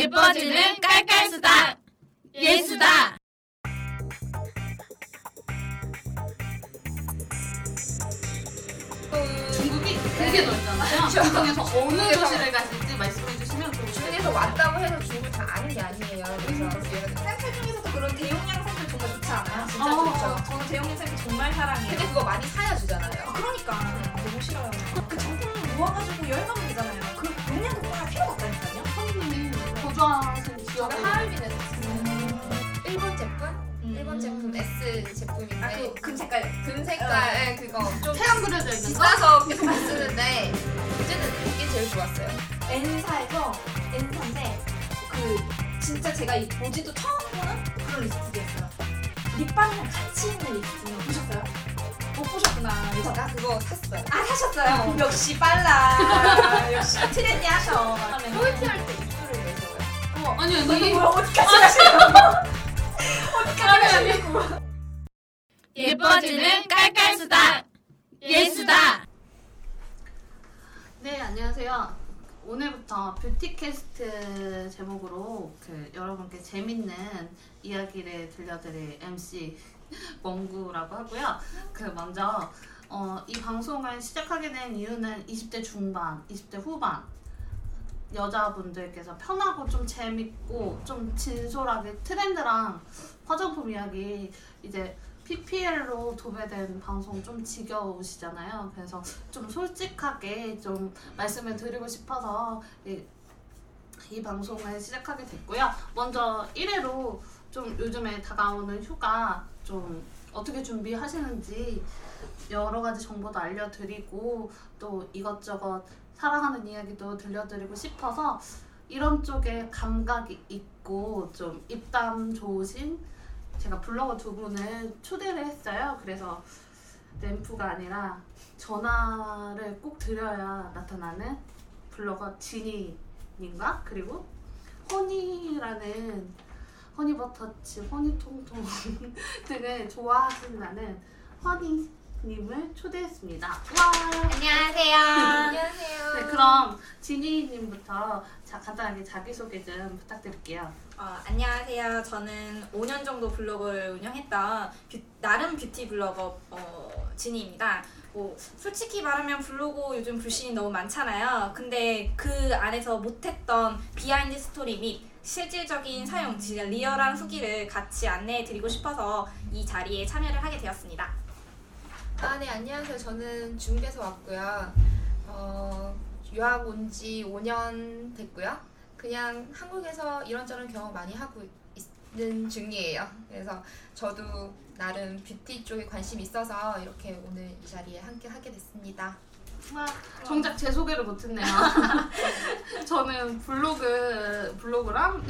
예뻐지는 깔깔수다. 예수다. 중국이 되게 넓잖아요. 중국에서 어느 도시를 갔을지 말씀해 주시면 좋을 것 같아요. 중에서 왔다고 해서 중국 다 아는 게 아니에요. 그래서 음. 예를 들어 샘플 중에서도 그런 대용량 샘플 정말 좋지 않아요? 진짜 좋죠. 그렇죠. 저는 대형님 쌤이 정말 사랑해요. 어. 근데 그거 많이 사야 주잖아요. 그러니까 너무 싫어요. 그 정품을 모아가지고 여행 가면 되잖아요. 그 용량도 할 필요가 없다니까요. 선생님이 고주하신 기억이 저는 하얼빈에서 샀어요. 일본 제품? 일본 제품 S 제품인데 음. 아 그 금색깔. 음. 금 색깔 그거 좀 태양 그려져 있는 거? 비싸서 비싸 쓰는데 어쨌든 이게 제일 좋았어요. N사에서 N사인데 그 진짜 제가 이 보지도 처음 보는 그런 립스틱이었어요. 립밤이랑 같이 있는 립스틱 보셨어요? 못 보셨구나. 그래서 그래서 나 그거 샀어요. 아 사셨어요. 역시 빨라. 역시 트렌디 하셔. 포이티 할 때 입술을 내세요. 아니 이거 아니 뭐야 어디까지 가시는 거? 어디까지 가시는 거? 예뻐지는 깔깔수다. 예수다. 네 안녕하세요. 오늘부터 뷰티캐스트 제목으로 그 여러분께 재밌는 이야기를 들려드릴 MC 멍구라고 하고요. 그 먼저 어, 이 방송을 시작하게 된 이유는 20대 중반, 20대 후반 여자분들께서 편하고 좀 재밌고 좀 진솔하게 트렌드랑 화장품 이야기 이제 PPL로 도배된 방송 좀 지겨우시잖아요. 그래서 좀 솔직하게 좀 말씀을 드리고 싶어서 이, 이 방송을 시작하게 됐고요. 먼저 1회로 좀 요즘에 다가오는 휴가 좀 어떻게 준비하시는지 여러 가지 정보도 알려드리고 또 이것저것 사랑하는 이야기도 들려드리고 싶어서 이런 쪽에 감각이 있고 좀 입담 좋으신 제가 블로거 두 분을 초대를 했어요. 그래서 램프가 아니라 전화를 꼭 드려야 나타나는 블로거 지니님과 그리고 허니라는 허니버터칩, 허니통통 등을 좋아하신다는 허니님을 초대했습니다. 와! 안녕하세요. 안녕하세요. 네, 그럼 지니님부터 자, 간단하게 자기소개 좀 부탁드릴게요. 어, 안녕하세요. 저는 5년 정도 블로그를 운영했던 뷰- 나름 뷰티 블로거 어, 진이입니다. 뭐, 솔직히 말하면 블로그 요즘 불신이 너무 많잖아요. 근데 그 안에서 못했던 비하인드 스토리 및 실질적인 사용, 진짜 리얼한 후기를 같이 안내해드리고 싶어서 이 자리에 참여를 하게 되었습니다. 아, 네, 안녕하세요. 저는 중국에서 왔고요. 어, 유학 온 지 5년 됐고요. 그냥 한국에서 이런저런 경험 많이 하고 있는 중이에요. 그래서 저도 나름 뷰티 쪽에 관심이 있어서 이렇게 오늘 이 자리에 함께 하게 됐습니다. 와, 정작 제 소개를 못했네요. 저는 블로그, 블로그랑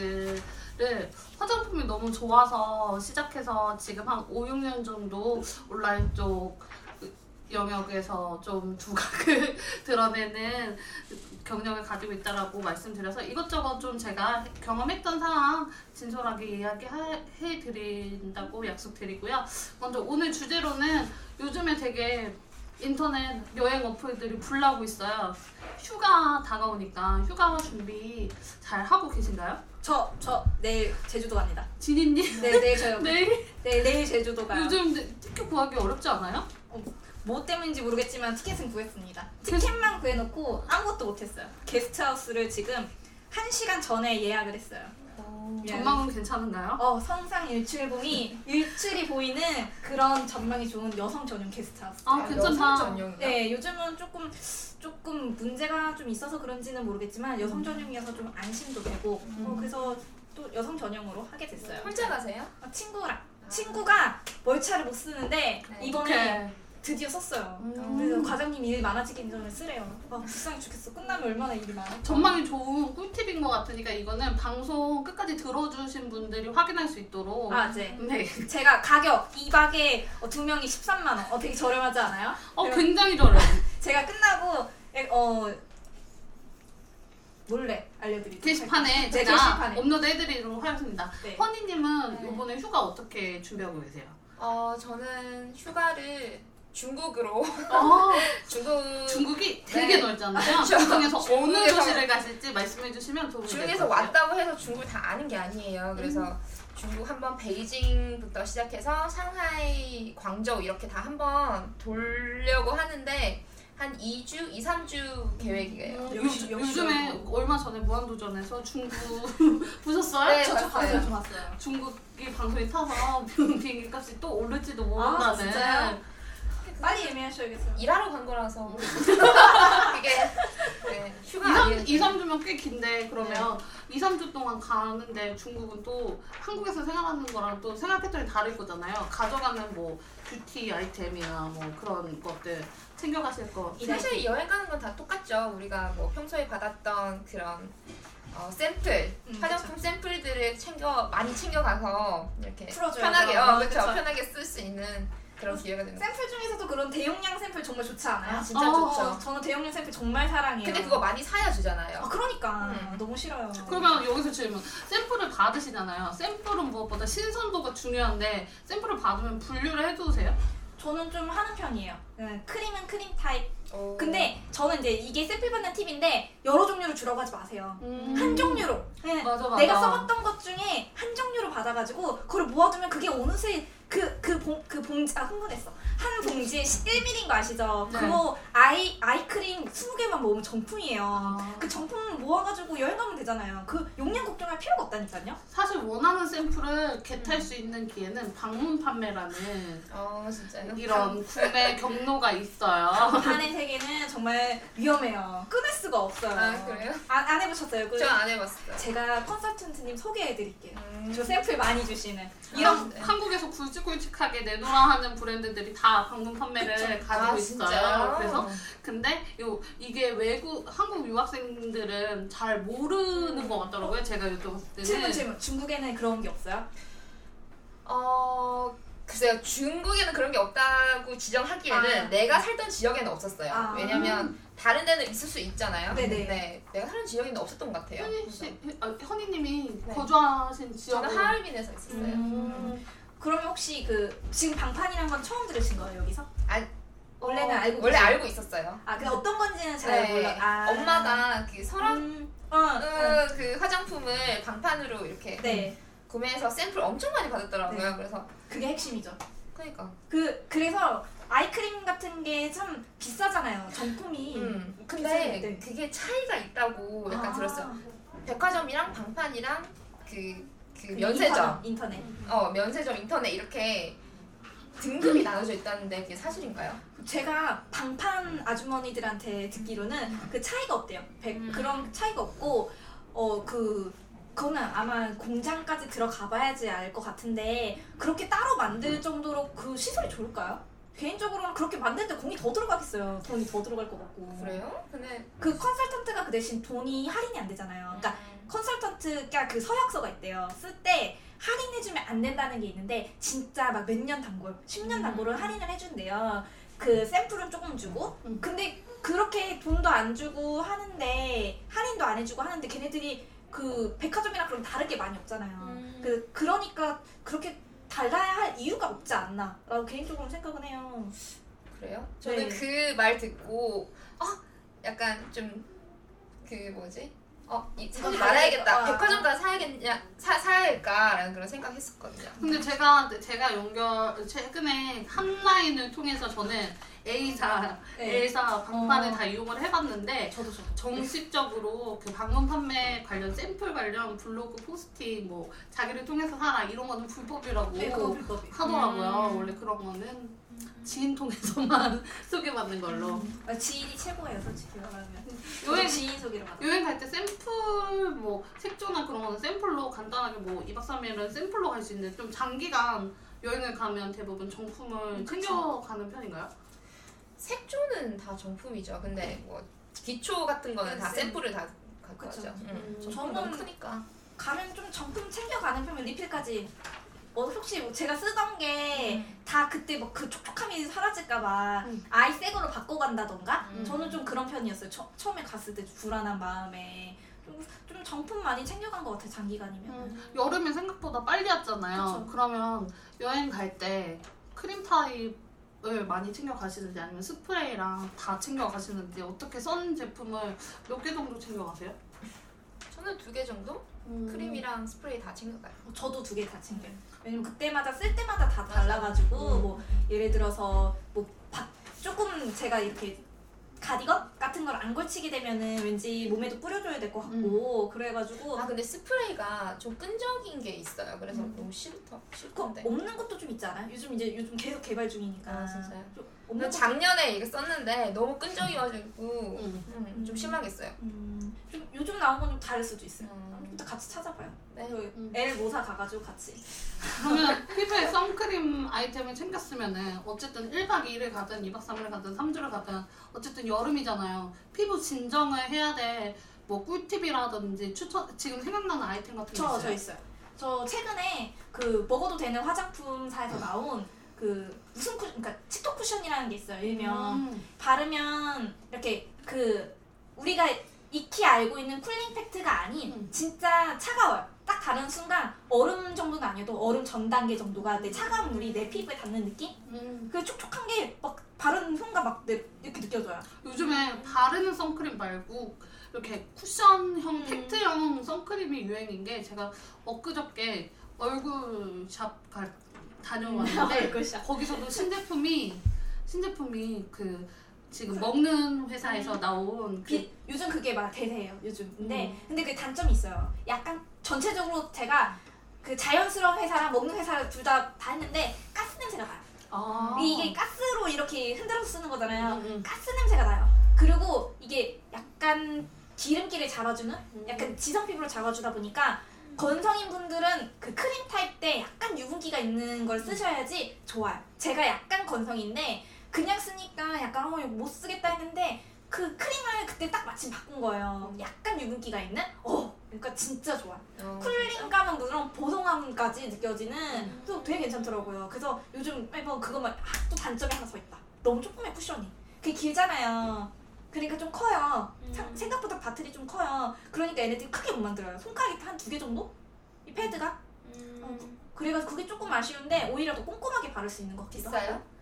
SNS를 화장품이 너무 좋아서 시작해서 지금 한 5, 6년 정도 온라인 쪽 영역에서 좀 두각을 드러내는 경력을 가지고 있다라고 말씀드려서 이것저것 좀 제가 경험했던 사항 진솔하게 이야기해 드린다고 약속드리고요. 먼저 오늘 주제로는 요즘에 되게 인터넷 여행 어플들이 불나고 있어요. 휴가 다가오니까 휴가 준비 잘 하고 계신가요? 저, 저 내일 제주도 갑니다. 지니님 네, 내일 저요. 네, 내일 내일 제주도 가요. 요즘 네, 티켓 구하기 어렵지 않아요? 뭐 때문인지 모르겠지만 티켓은 구했습니다. 티켓만 구해놓고 아무것도 못했어요. 게스트하우스를 지금 1시간 전에 예약을 했어요. 미안해요. 전망은 괜찮은가요? 어, 성상 일출봉이 일출이 보이는 그런 전망이 좋은 여성 전용 게스트하우스. 아 여성 괜찮다. 전용이요? 네, 요즘은 조금 조금 문제가 좀 있어서 그런지는 모르겠지만 음. 여성 전용이어서 좀 안심도 되고 어, 그래서 또 여성 전용으로 하게 됐어요. 음. 혼자 가세요? 아, 친구랑 친구가 월차를 못 쓰는데 이번에 네. 오케이. 드디어 썼어요. 음. 그래서 과장님이 일 많아지기 전에 쓰래요. 막 불쌍해 죽겠어. 끝나면 얼마나 일이 많아. 전망이 좋은 꿀팁인 것 같으니까 이거는 방송 끝까지 들어주신 분들이 확인할 수 있도록 아, 네. 네. 제가 가격 2박에 어, 두 명이 13만 원. 어, 되게 저렴하지 않아요? 어 그래요? 굉장히 저렴. 제가 끝나고 에, 어 몰래 알려드릴게요. 게시판에 네, 제가 게시판에. 업로드해드리도록 하겠습니다. 네. 허니님은 네. 이번에 휴가 어떻게 준비하고 계세요? 어, 저는 휴가를 중국으로 어, 중국 중국이 되게 네. 넓잖아요. 저- 중국에서 어느 중국에서- 도시를 가실지 말씀해 주시면 도움이 될것 네, 그렇죠. 중국에서 같아요. 왔다고 해서 중국을 다 아는 게 아니에요. 그래서 음. 중국 한번 베이징부터 시작해서 상하이, 광저우 이렇게 다 한번 돌려고 하는데 한 2주, 2, 3주 계획이에요. 음, 역시- 요, 역시 요즘에 얼마 전에 무한도전에서 중국 보셨어요? 네, 저도 봤어요. 봤어요. 저 봤어요. 중국이 방송이 타서 비행기 값이 또 오를지도 아, 모른다는 진짜요? 빨리 예매하셔야겠어요. 일하러 간 거라서 음. 이게 네, 휴가 2, 아니에요. 네. 3, 주면꽤 긴데 그러면 2, 3주 동안 가는데 중국은 또 한국에서 생활하는 거랑 또 생활 패턴이 다를 거잖아요. 가져가는 뭐 뷰티 아이템이나 뭐 그런 것들 챙겨가실 거. 네. 사실 여행 가는 건 다 똑같죠. 우리가 뭐 평소에 받았던 그런 어, 샘플, 음, 화장품 샘플들을 챙겨 많이 챙겨가서 이렇게 풀어줘야죠. 편하게, 어, 아, 그쵸. 그쵸. 편하게 쓸 수 있는 그런 기회가 되는 거예요. 샘플 중에서도 그런 대용량 샘플 정말 좋지 않아요? 아, 진짜 어, 좋죠. 저는 대용량 샘플 정말 사랑해요. 근데 그거 많이 사야 아 주잖아요. 그러니까 음. 너무 싫어요. 그러면 여기서 질문. 샘플을 받으시잖아요. 샘플은 무엇보다 신선도가 중요한데 샘플을 받으면 분류를 해두세요. 저는 좀 하는 편이에요. 네, 크림은 크림 타입. 오. 어, 근데 저는 이제 이게 샘플 받는 팁인데 여러 종류를 주라고 하지 마세요. 한 종류로. 네, 음. 맞아, 맞아. 음. 내가 써봤던 것 중에 한 종류로 받아가지고 그걸 모아두면 그게 어느새 그그봉그 봉지 아 흥분했어 한 봉지에 1mm인 거 아시죠? 네. 그거 아이 아이크림 20개만 모으면 정품이에요. 아. 그 정품 모아가지고 여행 가면 되잖아요. 그 용량 걱정할 필요가 없다니까요. 사실 원하는 샘플을 겟할 수 있는 기회는 방문 판매라는 어 진짜요? 이런 구매 경로가 있어요. 안의 세계는 정말 위험해요. 끊을 수가 없어요. 아 그래요? 안, 안 해보셨어요? 그 저 안 해봤어요. 제가 컨설턴트님 소개해드릴게요. 음. 저 샘플 많이 주시는 이런 이런 한국에서 굵직굵직하게 내놓으라 하는 브랜드들이 다 방문 판매를 가지고 아, 있어요. 진짜요? 그래서 근데 요 이게 외국 한국 유학생들은 잘 모르는 것 같더라고요. 제가 여쭤봤을 네. 때는 질문 질문 중국에는 그런 게 없어요? 어 글쎄요 중국에는 그런 게 없다고 지정하기에는 아. 내가 살던 지역에는 없었어요. 아. 왜냐면 다른 데는 있을 수 있잖아요. 네네. 근데 내가 사는 지역에는 없었던 것 같아요. 현희 씨, 아, 현희님이 네. 거주하신 지역은 저는 하얼빈에서 있었어요. 음. 그러면 혹시 그 지금 방판이란 건 처음 들으신 거예요 여기서? 아, 원래는 어, 알고 원래 계세요? 알고 있었어요. 아 근데 어떤 건지는 잘 음. 네. 몰라. 아. 엄마가 그 서랍 음. 어. 어. 으, 그 화장품을 방판으로 이렇게 네. 구매해서 샘플 엄청 많이 받았더라고요. 그래서 그게 핵심이죠. 그러니까 그 그래서 아이크림 같은 게 참 비싸잖아요. 정품이. 음. 그래서, 근데 네. 그게 차이가 있다고 약간 아. 들었어요. 그 백화점이랑 방판이랑 그, 그 그 면세점, 인터넷. 인터넷. 어 면세점 인터넷 이렇게 등급이 나눠져 있다는데 그게 사실인가요? 제가 방판 아주머니들한테 음. 듣기로는 그 차이가 없대요. 백- 음. 그런 차이가 없고 어 그 그거는 아마 공장까지 들어가 봐야지 알 것 같은데 그렇게 따로 음. 만들 정도로 그 시설이 좋을까요? 개인적으로는 그렇게 만드는데 공이 더 들어가겠어요. 돈이 더 들어갈 것 같고. 그래요? 근데 그 컨설턴트가 그 대신 돈이 할인이 안 되잖아요. 그러니까 컨설턴트가 그 서약서가 있대요. 쓸 때 할인해주면 안 된다는 게 있는데 진짜 막 몇 년 단골, 10년 단골을 할인을 해준대요. 그 샘플은 조금 주고 음. 근데 그렇게 돈도 안 주고 하는데 할인도 안 해주고 하는데 걔네들이 그 백화점이랑 그럼 다른 게 많이 없잖아요. 음. 그 그러니까 그렇게 달라야 할 이유가 없지 않나라고 개인적으로 생각은 해요. 그래요? 저는 네. 그 말 듣고 아 약간 좀 그 뭐지? 어, 이 사지 이거 말아야겠다. 사야겠다. 백화점 가서 사야겠냐, 사, 사야 할까라는 그런 생각했었거든요. 근데 제가 제가 연결 최근에 한라인을 통해서 저는 A사 네. A사 방판을 어. 다 이용을 해봤는데 저도 저도. 정식적으로 그 방문 판매 관련 샘플 관련 블로그 포스팅 뭐 자기를 통해서 사라 이런 거는 불법이라고 네, 그거 불법이에요. 하더라고요. 음. 원래 그런 거는 지인 통해서만 소개받는 걸로. 아, 지인이 최고예요, 솔직히 말하면. 여행 저도 지인 소개로 받아. 여행 갈 때 샘플 뭐 색조나 그런 거는 샘플로 간단하게 뭐 2박 3일은 샘플로 갈 수 있는데 좀 장기간 여행을 가면 대부분 정품을 챙겨가는 편인가요? 색조는 다 정품이죠. 근데 뭐 기초 같은 거는 다 음. 네, 샘플을 다 갖고 그쵸. 가죠. 음. 음. 정품 너무 저는- 크니까. 가면 좀 정품 챙겨가는 편면 리필까지. 어, 혹시 뭐 제가 쓰던 게 다 음. 그때 막 그 촉촉함이 사라질까봐 음. 아예 새 거로 바꿔간다던가? 음. 저는 좀 그런 편이었어요. 처, 처음에 갔을 때 불안한 마음에. 좀, 좀 정품 많이 챙겨간 것 같아요, 장기간이면. 음. 여름에 생각보다 빨리 왔잖아요. 그쵸. 그러면 여행 갈 때 크림 타입 을 많이 챙겨 가시는지 아니면 스프레이랑 다 챙겨 가시는지 어떻게 썬 제품을 몇 개 정도 챙겨 가세요? 저는 두 개 정도? 음. 크림이랑 스프레이 다 챙겨가요. 뭐 저도 두 개 다 챙겨요. 음. 왜냐면 그때마다 쓸 때마다 다 달라가지고 뭐 예를 들어서 뭐 바- 조금 제가 이렇게 가디건 같은 걸 안 걸치게 되면은 왠지 몸에도 뿌려줘야 될 것 같고 그래가지고 아 근데 스프레이가 좀 끈적인 게 있어요. 그래서 어. 음. 너무 싫다. 그 싫던데. 없는 것도 좀 있지 않아요? 요즘 이제 요즘 계속 개발 중이니까 아, 진짜요? 좀 근데 없는 것 작년에 이거 썼는데 너무 끈적여가지고 음. 음, 좀 심하겠어요. 음, 좀 요즘 나온 건 좀 다를 수도 있어요. 음. 일단 같이 찾아봐요. 네. 저희 음. 애 모사 가가지고 같이. 그러면 피부에 선크림 아이템을 챙겼으면은 어쨌든 1박 2일을 가든 2박 3일을 가든 3주를 가든 어쨌든 여름이잖아요. 피부 진정을 해야 될 뭐 꿀팁이라든지 추천 지금 생각나는 아이템 같은 게 저, 있어요? 저 있어요. 저 최근에 그 먹어도 되는 화장품사에서 나온 그 무슨 쿠 그러니까 치토 쿠션이라는 게 있어요. 일명 음. 바르면 이렇게 그 우리가 익히 알고 있는 쿨링 팩트가 아닌 음. 진짜 차가워요. 딱 바른 순간 얼음 정도는 아니어도 얼음 전 단계 정도가 내 차가운 물이 내 피부에 닿는 느낌? 음. 그 촉촉한 게 막 바른 순간 막 내- 이렇게 느껴져요. 요즘에 바르는 선크림 말고 이렇게 쿠션형 팩트형 선크림이 유행인 게 제가 엊그저께 얼굴샵 갈- 다녀왔는데 얼굴샵. 거기서도 신제품이 신제품이 그 지금 먹는 음. 회사에서 나온 그 비- 요즘 그게 막 대세예요 요즘 근데 음. 근데 그 단점이 있어요 약간 전체적으로 제가 그 자연스러운 회사랑 먹는 회사를 둘 다 다 했는데 가스 냄새가 나요 아. 이게 가스로 이렇게 흔들어서 쓰는 거잖아요 음, 음. 가스 냄새가 나요 그리고 이게 약간 기름기를 잡아주는 약간 지성 피부를 잡아주다 보니까 건성인 분들은 그 크림 타입 때 약간 유분기가 있는 걸 쓰셔야지 좋아요 제가 약간 건성인데 그냥 쓰니까 약간 어 이거 못 쓰겠다 했는데 그 크림을 그때 딱 마침 바꾼 거예요. 약간 유분기가 있는? 어, 그러니까 진짜 좋아. 어, 쿨링감은 물론 보송함까지 음. 느껴지는 또 되게 괜찮더라고요. 그래서 요즘 매번 그것만 아, 또 단점이 하나 더 있다. 너무 조그매 쿠션이. 그게 길잖아요. 그러니까 좀 커요. 음. 사- 생각보다 바틀이 좀 커요. 그러니까 얘네들이 크게 못 만들어요. 손가락이 한 두 개 정도? 이 패드가? 음. 어, 그- 그래가지고 그게 조금 아쉬운데 오히려 더 꼼꼼하게 바를 수 있는 것 같기도 하고. 비싸요?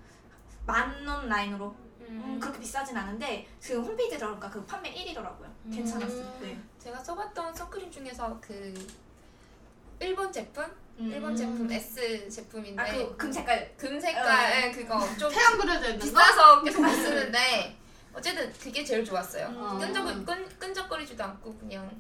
만원 라인으로 음, 그렇게 비싸진 않은데 그 홈페이지에 들어가니까 그 판매 1위더라고요. 음. 괜찮았어요. 네. 제가 써봤던 선크림 중에서 그 일본 제품? 음. 일본 제품 S 제품인데 아, 그 금색깔. 금 색깔 어. 예, 그거 좀 태양 그려져 있는 거? 비싸서 계속 못 쓰는데 어쨌든 그게 제일 좋았어요. 음. 끈적 끈, 끈적거리지도 않고 그냥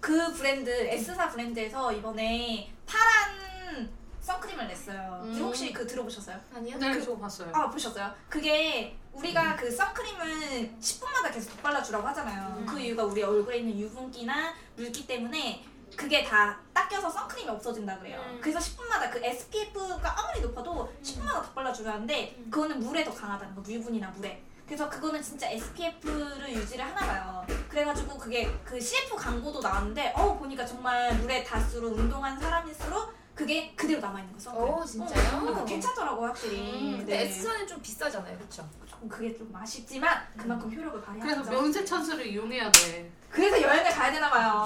그 브랜드 S사 브랜드에서 이번에 파란 선크림을 냈어요. 음. 혹시 그 들어보셨어요? 아니요. 네, 저거 봤어요. 아 보셨어요? 그게 우리가 그 선크림을 10분마다 계속 덧발라주라고 하잖아요. 음. 그 이유가 우리 얼굴에 있는 유분기나 물기 때문에 그게 다 닦여서 선크림이 없어진다 그래요. 음. 그래서 10분마다 그 SPF가 아무리 높아도 10분마다 덧발라주라는데 음. 그거는 물에 더 강하다는 거 유분이나 물에. 그래서 그거는 진짜 SPF를 유지를 하나 봐요. 그래가지고 그게 그 CF 광고도 나왔는데 어 보니까 정말 물에 닿수록 운동한 사람일수록 그게 그대로 남아있는 거죠. 오 진짜요? 그러니까 괜찮더라고요 확실히. 음, 근데 S사는 좀 비싸잖아요, 그렇죠? 조금 그게 좀 아쉽지만 그만큼 효력을 발휘하죠. 음. 그래서 면세 찬스를 이용해야 돼. 그래서 여행을 가야 되나 봐요.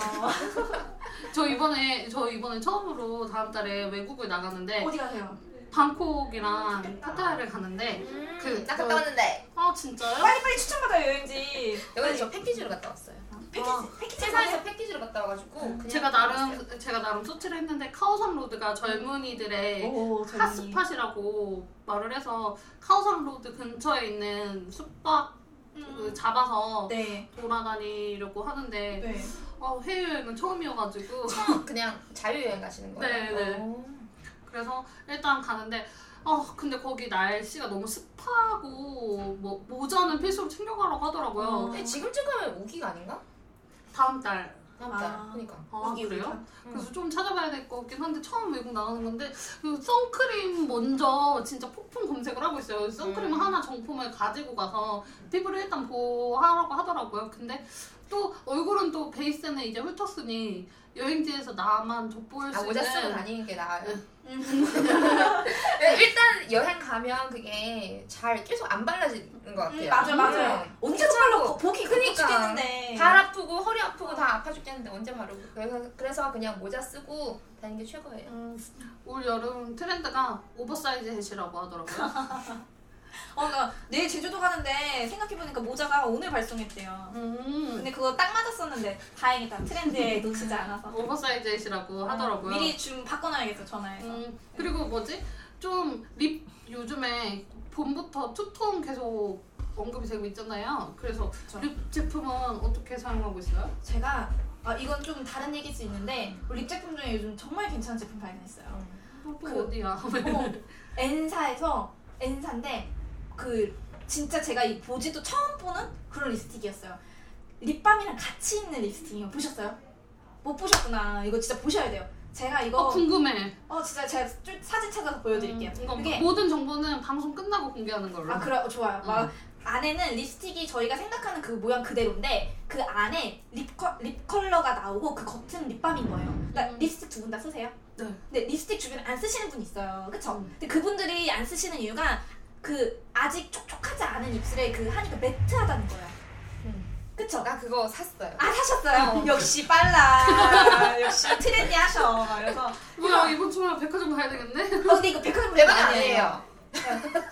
저 이번에 저 이번에 처음으로 다음 달에 외국을 나가는데 어디 가세요? 방콕이랑 파타야를 가는데 음, 그- 나 갔다 왔는데 아 진짜요? 빨리 빨리 추천받아요 여행지. 여기서 저 패키지로 갔다 왔어요. 패키지 아, 패키지 회사에서 패키지로 갔다 와가지고 그냥 제가 갔어요. 나름 제가 나름 소치를 했는데 카오산 로드가 젊은이들의 오 젊은이. 핫스팟이라고 말을 해서 카오산 로드 근처에 있는 숙박 을 잡아서 음. 네. 돌아다니려고 하는데 네. 어, 해외여행은 처음이어가지고 그냥 자유여행 가시는 거예요. 네, 네. 오. 그래서 일단 가는데 어 근데 거기 날씨가 너무 습하고 뭐 모자는 필수로 챙겨가라고 하더라고요 어. 근데 지금쯤 가면 우기가 아닌가? 다음 달 맞다. 아. 그러니까. 아, 여기 그래요? 우리가. 그래서 좀 찾아봐야 될 것 같긴 한데 처음 외국 나가는 건데 그 선크림 먼저 진짜 폭풍 검색을 하고 있어요. 선크림 음. 하나 정품을 가지고 가서 피부를 일단 보호하라고 하더라고요. 근데 또 얼굴은 또 베이스는 이제 훑었으니 여행지에서 나만 돋보일 아 수 모자 쓰고 있는 다니는 게 나아요. 네, 음. 일단 여행 가면 그게 잘 계속 안 발라지는 것 같아요. 음, 맞아 네. 맞아. 네. 음. 언제 정말로 괜찮고. 보기 그니까 그러니까. 죽겠는데. 발 아프고 허리 아프고 다 아파 죽겠는데 언제 바르고 그래서, 그래서 그냥 모자 쓰고 다니는 게 최고예요. 올 여름 트렌드가 오버사이즈 햇이라고 하더라고요. 어, 나 내일 제주도 가는데 생각해보니까 모자가 오늘 발송했대요. 음. 근데 그거 딱 맞았었는데 다행이다. 트렌드에 놓치지 않아서. 오버사이즈이시라고 음, 하더라고요. 미리 좀 바꿔놔야겠어, 전화해서. 음, 그리고 뭐지? 좀 립 요즘에 봄부터 투톤 계속 언급이 되고 있잖아요. 그래서 그쵸. 립 제품은 어떻게 사용하고 있어요? 제가 아, 이건 좀 다른 얘기일 수 있는데 립 제품 중에 요즘 정말 괜찮은 제품 발견했어요. 또 그- 어디야? 어, N사에서 N사인데 그 진짜 제가 이 보지도 처음 보는 그런 립스틱이었어요. 립밤이랑 같이 있는 립스틱이요. 보셨어요? 못 보셨구나. 이거 진짜 보셔야 돼요. 제가 이거 어, 어, 궁금해. 진짜 제가 쭉 사진 찾아서 보여드릴게요. 음, 이건 이게- 모든 정보는 방송 끝나고 공개하는 걸로. 아 그래 어, 좋아요. 막 음. 안에는 립스틱이 저희가 생각하는 그 모양 그대로인데 그 안에 립, 컬- 립 컬러가 나오고 그 겉은 립밤인 거예요. 그러니까 음. 립스틱 두 분 다 쓰세요? 네. 근데 립스틱 주변에 안 쓰시는 분 있어요. 그쵸? 음. 근데 그분들이 안 쓰시는 이유가 그 아직 촉촉하지 않은 입술에 그 하니까 매트하다는 거예요. 음. 그쵸? 나 그거 샀어요. 아 사셨어요? 음. 어. 역시 빨라. 역시 트렌디하셔. 그래서 어, 뭐야 이번 주말에 백화점 가야 되겠네? 근데 이거 백화점 내 방은 아니에요.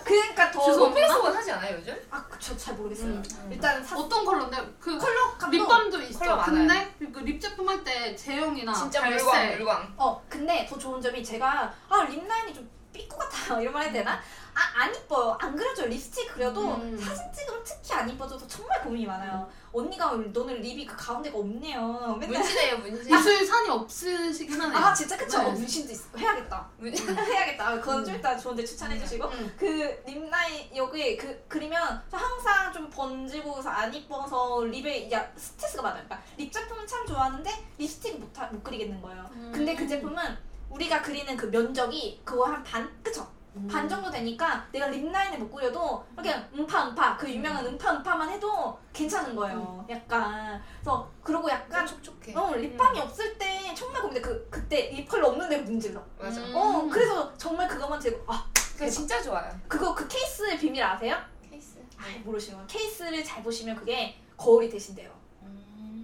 그러니까 더 주소 필수권 하지 않아요 요즘? 아, 저 잘 모르겠어요. 음. 일단 사 어떤 컬러인데? 그 컬러 감도 립밤도 있어. 컬러 많아요. 근데 그 립 제품 할 때 제형이나 진짜 발색 물광 물광. 어 근데 더 좋은 점이 제가 아 립라인이 좀 삐꾸 같아요 이런 말 해야 되나? 아 안 이뻐요 안 그려줘요 립스틱 그려도 음. 사진 찍으면 특히 안 이뻐져서 정말 고민이 많아요 언니가 너는 립이 그 가운데가 없네요 맨날 문신이에요 문신. 입술 산이 없으시긴 하네요. 아 진짜 그쵸? 네. 어, 문신도 있- 해야겠다 문신. 해야겠다 아, 그건 좀 이따 좋은데 추천해 음. 주시고 음. 그 립라인 여기 그 그리면 저 항상 좀 번지고 안 이뻐서 립에 야 스트레스가 많아요. 그러니까 립 제품은 참 좋아하는데 립스틱 못, 하- 못 그리겠는 거예요. 근데 그 제품은 우리가 그리는 그 면적이 그거 한 반 그쵸? 반 정도 되니까 내가 립라인을 못 그려도 이렇게 음파 음파 그 유명한 음파 음파만 해도 괜찮은 거예요. 약간 그래서 그러고 약간 촉촉해. 어 립밤이 없을 때 정말 고민돼 그 그때 립 컬러 없는데 문질러. 맞아. 음. 어 그래서 정말 그것만 들고 아 그거 진짜 좋아요. 그거 그 케이스의 비밀 아세요? 케이스. 아예 모르시면 케이스를 잘 보시면 그게 거울이 대신데요.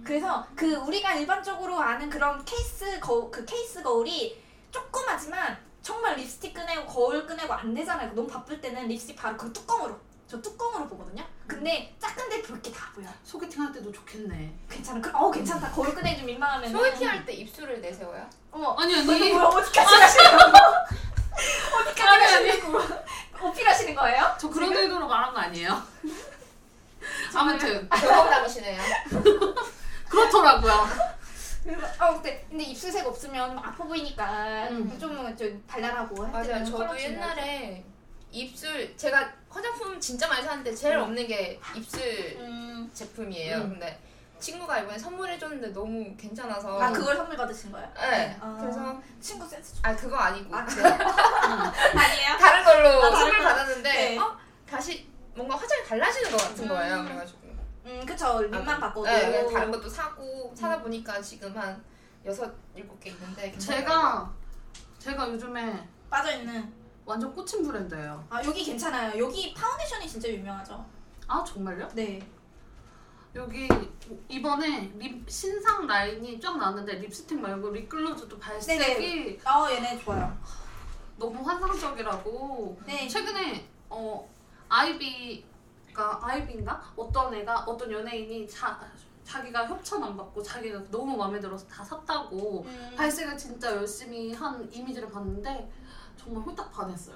그래서 그 우리가 일반적으로 아는 그런 케이스 거울 그 케이스 거울이 조그마지만 정말 립스틱 꺼내고 거울 꺼내고 안 되잖아요. 너무 바쁠 때는 립스틱 바로 그 뚜껑으로 저 뚜껑으로 보거든요. 근데 작은데 볼 게 다 보여. 소개팅 할 때도 좋겠네. 괜찮아. 그, 어 괜찮다. 거울 꺼내기 좀 민망하면. 소개팅 할 때 입술을 내세워요? 어머. 아니 어, 이거 아니. 뭐야? 어디까지 가시려고? 어디까지 가시려고? 어필하시는 거예요? 저 그런 의도로 말한 거 아니에요. 아무튼 경험 남으시네요. 그렇더라고요. 그래서 어 근데 근데 입술색 없으면 좀 아파 보이니까 음. 좀, 좀 발랄하고 할 맞아요. 때는 저도 컬러 중요하죠. 옛날에 입술 제가 화장품 진짜 많이 샀는데 제일 음. 없는 게 입술 음. 제품이에요. 음. 근데 친구가 이번에 선물해줬는데 너무 괜찮아서. 아 그걸 선물 받으신 거예요? 네. 아. 그래서 친구 센스 아 그거 네. 아니고 아, 그래요? 아니에요? 다른 걸로 아, 다른 선물 걸로. 받았는데 네. 어? 다시 뭔가 화장이 달라지는 것 같은 거예요. 그래가지고 음 그쵸 립만 바꿔도 음. 네, 그냥 다른 것도 사고 사다 보니까 지금 한 여섯 일곱 개 있는데 괜찮아요. 제가 제가 요즘에 빠져있는 완전 꽂힌 브랜드예요. 아 여기 괜찮아요 여기 파운데이션이 진짜 유명하죠 아 정말요? 네 여기 이번에 립 신상 라인이 쫙 나왔는데 립스틱 말고 립글로즈도 발색이 아 얘네 좋아요 너무 환상적이라고 네 최근에 어 아이비가 아이비인가 어떤 애가 어떤 연예인이 자 자기가 협찬 안 받고 자기가 너무 마음에 들어서 다 샀다고 음, 발색을 진짜 열심히 한 이미지를 봤는데 정말 홀딱 반했어요.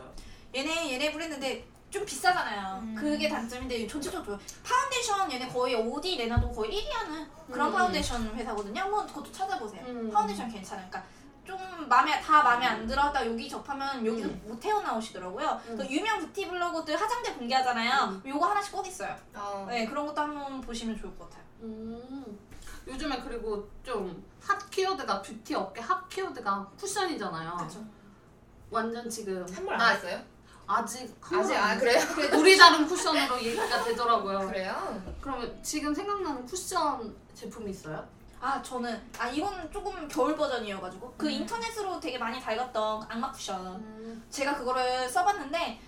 얘네 얘네 브랜드인데 좀 비싸잖아요 음. 그게 단점인데 전체적으로 좋아요 파운데이션 얘네 거의 어디 내놔도 거의 1위 하는 그런 음. 파운데이션 회사거든요 한번 그것도 찾아보세요 음. 파운데이션 괜찮으니까 좀 마음에 다 마음에 안 들었다 여기 접하면 여기서 음. 못 헤어나오시더라고요. 음. 그 유명 뷰티 블로거들 화장대 공개하잖아요. 요거 하나씩 꼭 있어요. 어, 네 그런 것도 한번 보시면 좋을 것 같아요. 음. 요즘에 그리고 좀 핫 키워드가 뷰티 업계 핫 키워드가 쿠션이잖아요. 그쵸. 완전 지금 선물 안 아, 나 했어요? 아직 한 아직 번도 안 안 그래요? 했어요. 우리 다른 쿠션으로 얘기가 되더라고요. 그래요? 그러면 지금 생각나는 쿠션 제품이 있어요? 아 저는 아 이건 조금 겨울 버전이어가지고 그 음. 인터넷으로 되게 많이 달갔던 악마 음, 쿠션 제가 그거를 써봤는데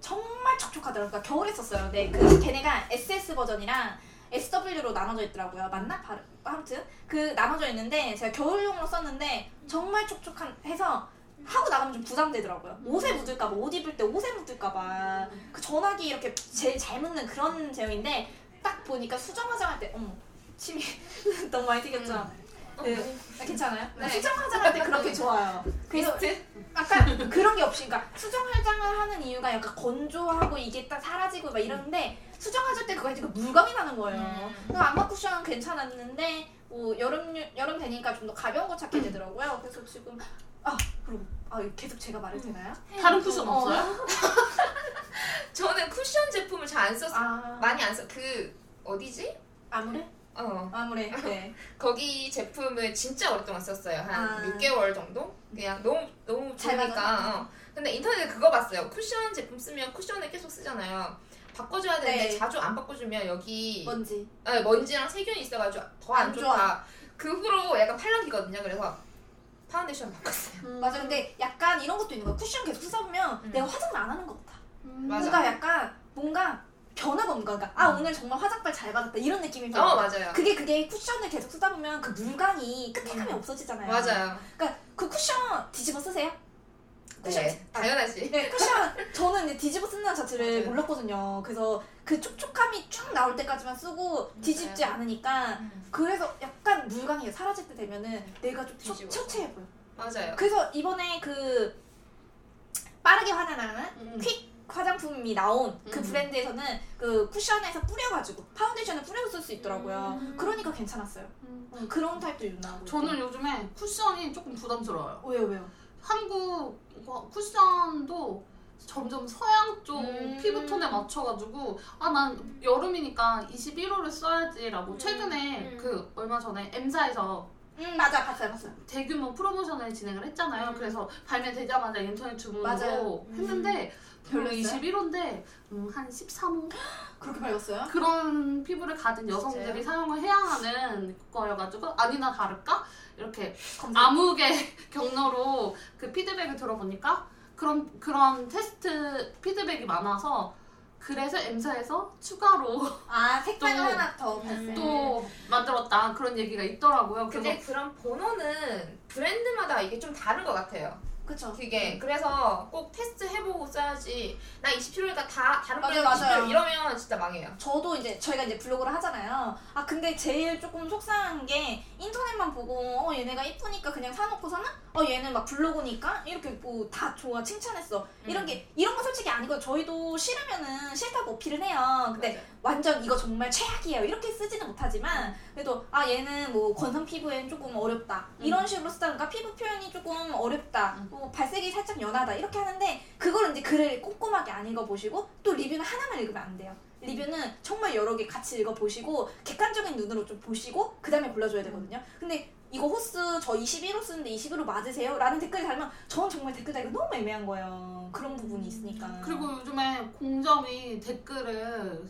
정말 촉촉하더라고요. 그러니까 겨울에 썼어요. 네, 그 걔네가 SS 버전이랑 SW로 나눠져 있더라고요. 맞나? 발- 아무튼 그 나눠져 있는데 제가 겨울용으로 썼는데 정말 촉촉한 해서 하고 나가면 좀 부담되더라고요. 옷에 묻을까봐, 옷 입을 때 옷에 묻을까봐. 그 전화기 이렇게 제일 잘 묻는 그런 제형인데, 딱 보니까 수정 화장할 때, 어머, 침이 너무 많이 튀겼죠? 네. 아, 괜찮아요? 네. 수정 화장할 때 그렇게 좋아요. 그래서 약간 그런 게 없이, 그러니까 수정 화장을 하는 이유가 약간 건조하고 이게 딱 사라지고 막 이러는데, 수정 화장 때 그거 하니까 물광이 나는 거예요. 음. 그래서 안마 쿠션은 괜찮았는데, 뭐 여름 여름 되니까 좀 더 가벼운 거 찾게 되더라고요. 그래서 지금 아 그럼 아 이거 계속 제가 말해도 되나요? 음. 다른 쿠션 없어요? 저는 쿠션 제품을 잘 안 썼어요. 아 많이 안 써. 그 어디지? 아무래 어 아무래 네. 거기 제품을 진짜 오랫동안 썼어요. 한 아. 6개월 정도? 그냥 너무 너무 잘 좋으니까. 어. 근데 인터넷에 그거 봤어요. 쿠션 제품 쓰면 쿠션을 계속 쓰잖아요. 바꿔줘야 되는데 네. 자주 안 바꿔주면 여기 뭔지 아, 먼지랑 세균이 있어가지고 더 안 안 좋다. 그 후로 약간 팔랑기거든요. 그래서 파운데이션 바꿨어요. 맞아 근데 약간 이런 것도 있는 거야 쿠션 계속 쓰다 보면 음. 내가 화장을 안 하는 것 같아 음. 맞아. 뭔가 약간 뭔가 변화가 없는 거야 그러니까 아 오늘 정말 화장빨 잘 받았다 이런 느낌이 어 들어 맞아요. 네. 그게 그게 쿠션을 계속 쓰다 보면 그 물감이 끝에감이 없어지잖아요 음. 맞아요. 그러니까 그 쿠션 뒤집어 쓰세요 쿠션 네, 아, 당연하지. 네, 쿠션 저는 이제 뒤집어 쓰는 자체를 맞아요. 몰랐거든요. 그래서 그 촉촉함이 쭉 나올 때까지만 쓰고 뒤집지 맞아요. 않으니까 음, 그래서 약간 물광이 사라질 때 되면은 내가 좀 처- 네. 뒤집어서. 처체해 보여. 맞아요. 그래서 이번에 그 빠르게 화나나는 음. 퀵 화장품이 나온 그 음. 브랜드에서는 그 쿠션에서 뿌려가지고 파운데이션을 뿌려서 쓸 수 있더라고요. 음. 그러니까 괜찮았어요. 음. 음, 그런 타입도 유나하고. 저는 요즘에 쿠션이 조금 부담스러워요. 왜요 왜요? 한국 뭐 쿠션도 점점 서양 쪽 음. 피부톤에 맞춰가지고 아 난 여름이니까 21호를 써야지라고 최근에 음. 그 얼마 전에 M사에서 음 맞아 봤어요 봤어요. 대규모 프로모션을 진행을 했잖아요. 음. 그래서 발매되자마자 인터넷 맞아요. 주문으로 했는데 음. 별로 별로였어요? 21호인데 음, 한 13호 그렇게 밝았어요? 그런 피부를 가진 여성들이 아, 진짜요? 사용을 해야 하는 거여가지고 아니나 다를까 이렇게 검색. 암흑의 경로로 그 피드백을 들어보니까 그런 그런 테스트 피드백이 많아서 그래서 M사에서 추가로 아 색깔 또- 하나 더 봤어요. 또 만들었다 그런 얘기가 있더라고요. 그래서 근데 그런 번호는 브랜드마다 이게 좀 다른 것 같아요. 그쵸. 그게 그래서 꼭 테스트 해보고 써야지. 나 27호니까 다 다른 맞아요, 브랜드 맞아요. 27호 이러면 진짜 망해요. 저도 이제 저희가 이제 블로그를 하잖아요. 아 근데 제일 조금 속상한 게 인터넷만 보고 어 얘네가 이쁘니까 그냥 사놓고서는 어 얘는 막 블로그니까 이렇게 뭐 다 좋아 칭찬했어 이런 음. 게 이런 거 솔직히 아니고 저희도 싫으면은 싫다고 어필을 해요. 근데 완전 이거 정말 최악이에요 이렇게 쓰지는 못하지만 그래도 아 얘는 뭐 건성 피부엔 조금 어렵다 이런 식으로 쓰다니까 피부 표현이 조금 어렵다 음. 뭐 발색이 살짝 연하다 이렇게 하는데 그걸 이제 글을 꼼꼼하게 안 읽어보시고 또 리뷰는 하나만 읽으면 안 돼요 음. 리뷰는 정말 여러 개 같이 읽어보시고 객관적인 눈으로 좀 보시고 그 다음에 골라줘야 되거든요 근데 이거 호스 저 21호 쓰는데 21호 맞으세요? 라는 댓글이 달면 저는 정말 댓글 달기가 너무 애매한 거예요 그런 부분이 있으니까 그리고 요즘에 공점이 댓글을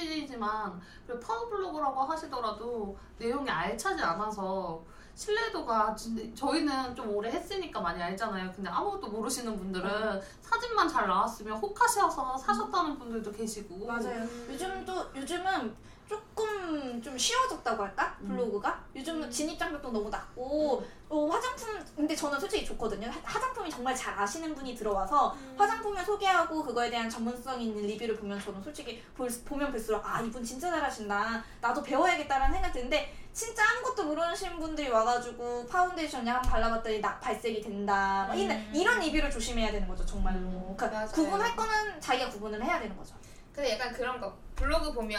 쓰시지만 그리고 파워블로그라고 하시더라도 내용이 알차지 않아서 신뢰도가 진- 저희는 좀 오래 했으니까 많이 알잖아요. 근데 아무것도 모르시는 분들은 사진만 잘 나왔으면 호카시어서 사셨다는 분들도 계시고 맞아요. 요즘 또 요즘은 조금 좀 쉬워졌다고 할까? 음. 블로그가 요즘은 진입 장벽도 너무 낮고 어, 화장품 근데 저는 솔직히 좋거든요. 화- 화장품이 정말 잘 아시는 분이 들어와서 화장품을 소개하고 그거에 대한 전문성 있는 리뷰를 보면 저는 솔직히 볼, 보면 볼수록 아 이분 진짜 잘하신다. 나도 배워야겠다라는 생각이 드는데 진짜 아무것도 모르시는 분들이 와가지고 파운데이션 그냥 발라봤더니 나 발색이 된다. 막 이런, 음. 이런 리뷰를 조심해야 되는 거죠 정말로. 음, 그러니까 맞아요. 구분할 거는 자기가 구분을 해야 되는 거죠. 근데 약간 그런 거 블로그 보면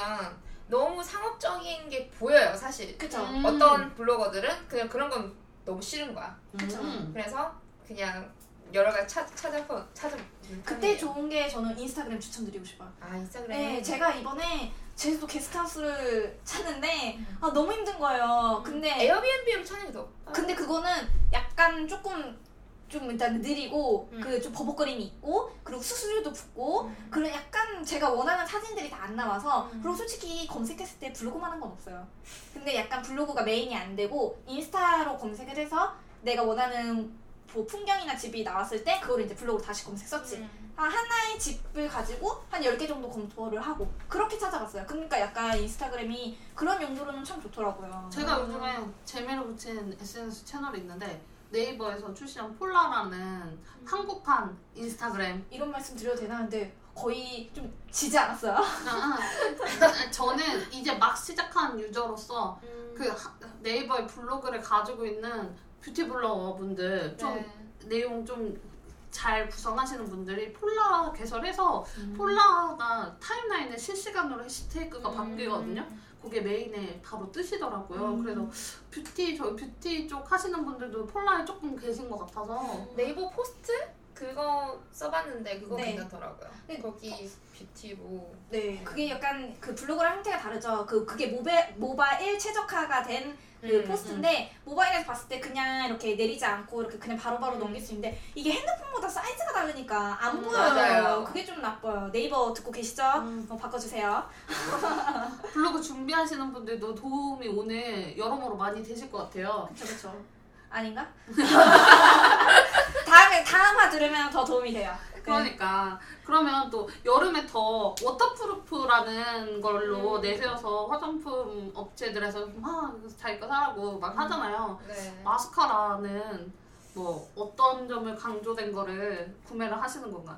너무 상업적인 게 보여요 사실. 그쵸. 음. 어떤 블로거들은 그냥 그런 건 너무 싫은 거야. 그쵸. 음. 그래서 그냥 여러 가지 찾, 찾아서 찾아. 그때 좋은 게 저는 인스타그램 추천드리고 싶어요. 아 음. 인스타그램. 네, 제가 이번에 제주도 게스트하우스를 찾는데 아 너무 힘든 거예요. 근데 음. 에어비앤비로 찾는 게 더. 음. 근데 그거는 약간 조금 좀 일단 느리고 음. 그 좀 버벅거림이 있고 그리고 수수료도 붙고 그런 약간 제가 원하는 사진들이 다 안 나와서 음. 그리고 솔직히 검색했을 때 블로그만 한 건 없어요. 근데 약간 블로그가 메인이 안 되고 인스타로 검색을 해서 내가 원하는 뭐 풍경이나 집이 나왔을 때 그걸 이제 블로그로 다시 검색 서치 음. 아, 하나의 집을 가지고 한 10개 정도 검토를 하고 그렇게 찾아봤어요. 그러니까 약간 인스타그램이 그런 용도로는 참 좋더라고요. 제가 요즘에 재미로 붙인 SNS 채널이 있는데 네이버에서 출시한 음. 폴라라는 한국판 인스타그램. 이런 말씀 드려도 되나 하는데 거의 좀 지지 않았어요? 아. 저는 이제 막 시작한 유저로서 음. 음. 그 하- 네이버의 블로그를 가지고 있는 네. 뷰티블로거분들 좀 네. 내용 좀 잘 구성하시는 분들이 폴라 개설해서 음. 폴라가 타임라인에 실시간으로 해시태그가 바뀌거든요. 그게 메인에 바로 뜨시더라고요. 그래서 뷰티 저 뷰티 쪽 하시는 분들도 폴라에 조금 계신 것 같아서 네이버 포스트 그거 써봤는데 그거 네. 괜찮더라고요. 네. 거기 뷰티 뭐 네, 그게 약간 그 블로그랑 형태가 다르죠. 그 그게 모베, 모바일 최적화가 된 그 음, 포스트인데 모바일에서 봤을 때 그냥 이렇게 내리지 않고 이렇게 그냥 바로바로 음. 넘길 수 있는데 이게 핸드폰보다 사이즈가 다르니까 안 음, 보여요. 맞아요. 그게 좀 나빠요. 네이버 듣고 계시죠? 음, 어, 바꿔주세요. 블로그 준비하시는 분들도 도움이 오늘 여러모로 많이 되실 것 같아요. 그렇죠, 그렇죠. 아닌가? 다음에 다음화 들으면 더 도움이 돼요. 네. 그러니까 그러면 또 여름에 더 워터프루프라는 걸로 음. 내세워서 화장품 업체들에서 막 자기 거 사라고 막 하잖아요. 네. 마스카라는 뭐 어떤 점을 강조된 거를 구매를 하시는 건가요?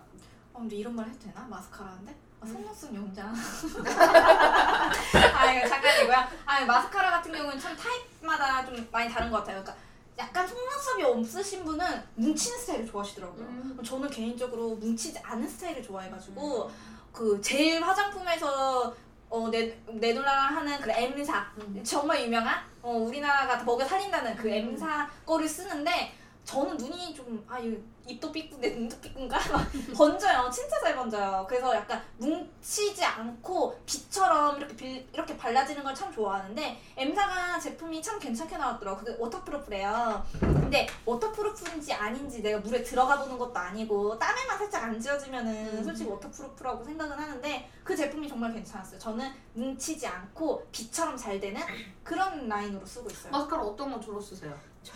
어, 근데 이런 말 해도 되나? 마스카라인데? 아, 음. 속눈썹 용장. 아, 이거 잠깐이고요. 아, 마스카라 같은 경우는 참 타입마다 좀 많이 다른 것 같아요. 그러니까 약간 속눈썹이 없으신 분은 뭉치는 스타일을 좋아하시더라고요. 음. 저는 개인적으로 뭉치지 않은 스타일을 좋아해가지고 음. 그 제일 화장품에서 어, 네, 네놀라랑 하는 그 M사 음. 정말 유명한 어, 우리나라가 먹여 살린다는 그 음. M사 거를 쓰는데 저는 눈이 좀아 입도 삐꾸인데 눈도 삐꾼가 막 번져요 진짜 잘 번져요 그래서 약간 뭉치지 않고 빛처럼 이렇게 빌- 이렇게 발라지는 걸 참 좋아하는데 M사가 제품이 참 괜찮게 나왔더라고 그게 워터프루프래요 근데 워터프루프인지 아닌지 내가 물에 들어가 보는 것도 아니고 땀에만 살짝 안 지워지면은 음. 솔직히 워터프루프라고 생각은 하는데 그 제품이 정말 괜찮았어요. 저는 뭉치지 않고 빛처럼 잘 되는 그런 라인으로 쓰고 있어요. 아, 마스카라 어떤 거 주로 쓰세요? 저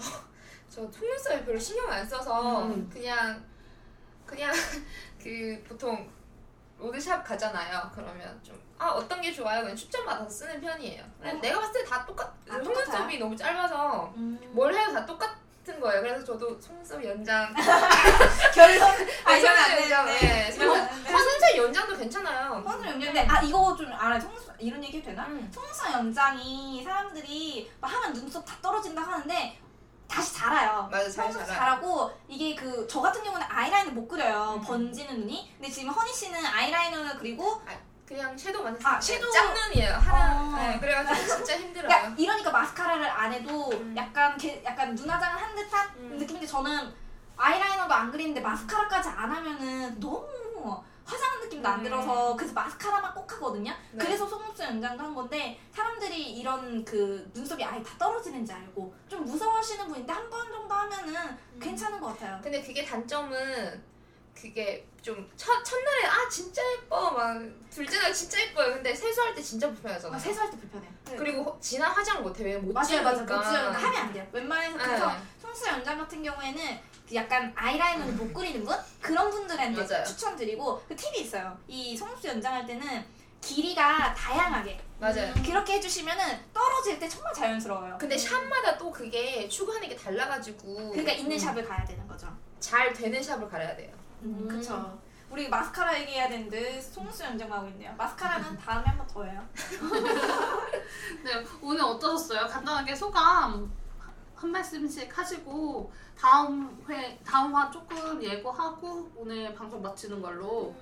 속눈썹에 별로 신경 안 써서 음. 그냥 그냥 그 보통 로드샵 가잖아요. 그러면 좀 아 어떤 게 좋아요? 그냥 추천 받아서 쓰는 편이에요. 그냥 내가 봤을 때 다 똑같. 어. 아, 속눈썹이 너무 짧아서 음. 뭘 해도 다 똑같은 거예요. 그래서 저도 속눈썹 연장, 결론 아 이건 안 속눈썹 연장, 되는데. 네. 이건 안 속눈썹 되는데. 속눈썹 연장도 괜찮아요. 화는 연기인데 아 이거 좀 알아 속눈썹 이런 얘기 해도 되나? 음. 속눈썹 연장이 사람들이 막 하면 눈썹 다 떨어진다 하는데 다시 자라요. 맞아 잘 속눈썹 자라. 잘하고 이게 그 저 같은 경우는 아이라인을 못 그려요. 음. 번지는 눈이. 근데 지금 허니 씨는 아이라이너를 그리고 그냥 섀도우만 아, 했을 때 섀도우. 짝눈이에요. 하나. 어. 네, 그래가지고 진짜 힘들어요. 그러니까 이러니까 마스카라를 안 해도 음. 약간 개- 약간 눈화장을 한 듯한 음. 느낌인데 저는 아이라이너도 안 그리는데 마스카라까지 안 하면은 너무 화장한 느낌도 안 음. 들어서 그래서 마스카라만 꼭 하거든요. 네. 그래서 속눈썹 연장도 한 건데 사람들이 이런 그 눈썹이 아예 다 떨어지는지 알고 좀 무서워하시는 분인데 한 번 정도 하면은 음. 괜찮은 것 같아요. 근데 그게 단점은 그게 좀 첫, 첫날에 아 진짜 예뻐 막 둘째 날 진짜 예뻐요 근데 세수할 때 진짜 불편하잖아 아, 세수할 때 불편해. 그리고 허- 진한 화장 못해 왜냐면 못 맞아요, 맞아요. 지우니까. 그러니까 하면 안 돼요. 웬만해서 네, 그래서 속눈썹 연장 같은 경우에는 그 약간 아이라인을 못 그리는 분 그런 분들한테 맞아요. 추천드리고 그 팁이 있어요. 이 속눈썹 연장할 때는 길이가 다양하게 음, 맞아요 그, 그렇게 해주시면은 떨어질 때 정말 자연스러워요. 근데 샵마다 또 그게 추구하는 게 달라가지고 그러니까 있는 음, 샵을 가야 되는 거죠. 잘 되는 샵을 가야 돼요 음. 음, 그쵸. 우리 마스카라 얘기해야 되는데 속눈썹 연장하고 있네요. 마스카라는 다음에 한 번 더 해요. 네, 오늘 어떠셨어요? 간단하게 소감 한 말씀씩 하시고 다음 회 다음 화 조금 예고하고 오늘 방송 마치는 걸로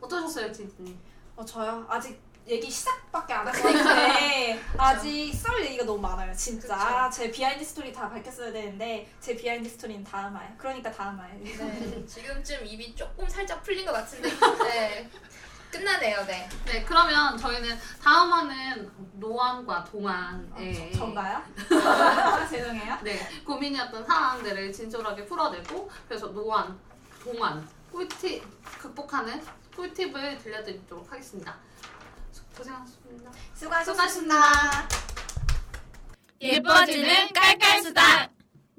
어떠셨어요, 진진님? 어, 저요? 아직 얘기 시작밖에 안 했는데 아직 썰 얘기가 너무 많아요 진짜 제 비하인드 스토리 다 밝혔어야 되는데 제 비하인드 스토리는 다음 화에 그러니까 다음 화에 네 지금쯤 입이 조금 살짝 풀린 것 같은데 네 끝나네요 네 네, 그러면 저희는 다음 화는 노안과 동안의 아, 저- 전가요? 죄송해요 네, 고민이었던 사항들을 진솔하게 풀어내고 그래서 노안, 동안, 꿀팁 극복하는 꿀팁을 들려드리도록 하겠습니다. 수- 고생하셨습니다. 수고하셨습니다 예뻐지는 깔깔수다.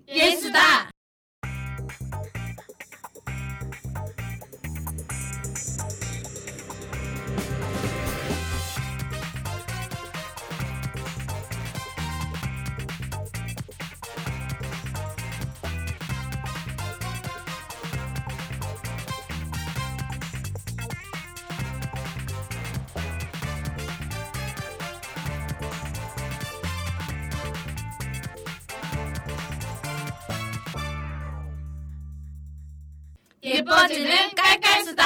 예수다. 예뻐지는 깔깔수다.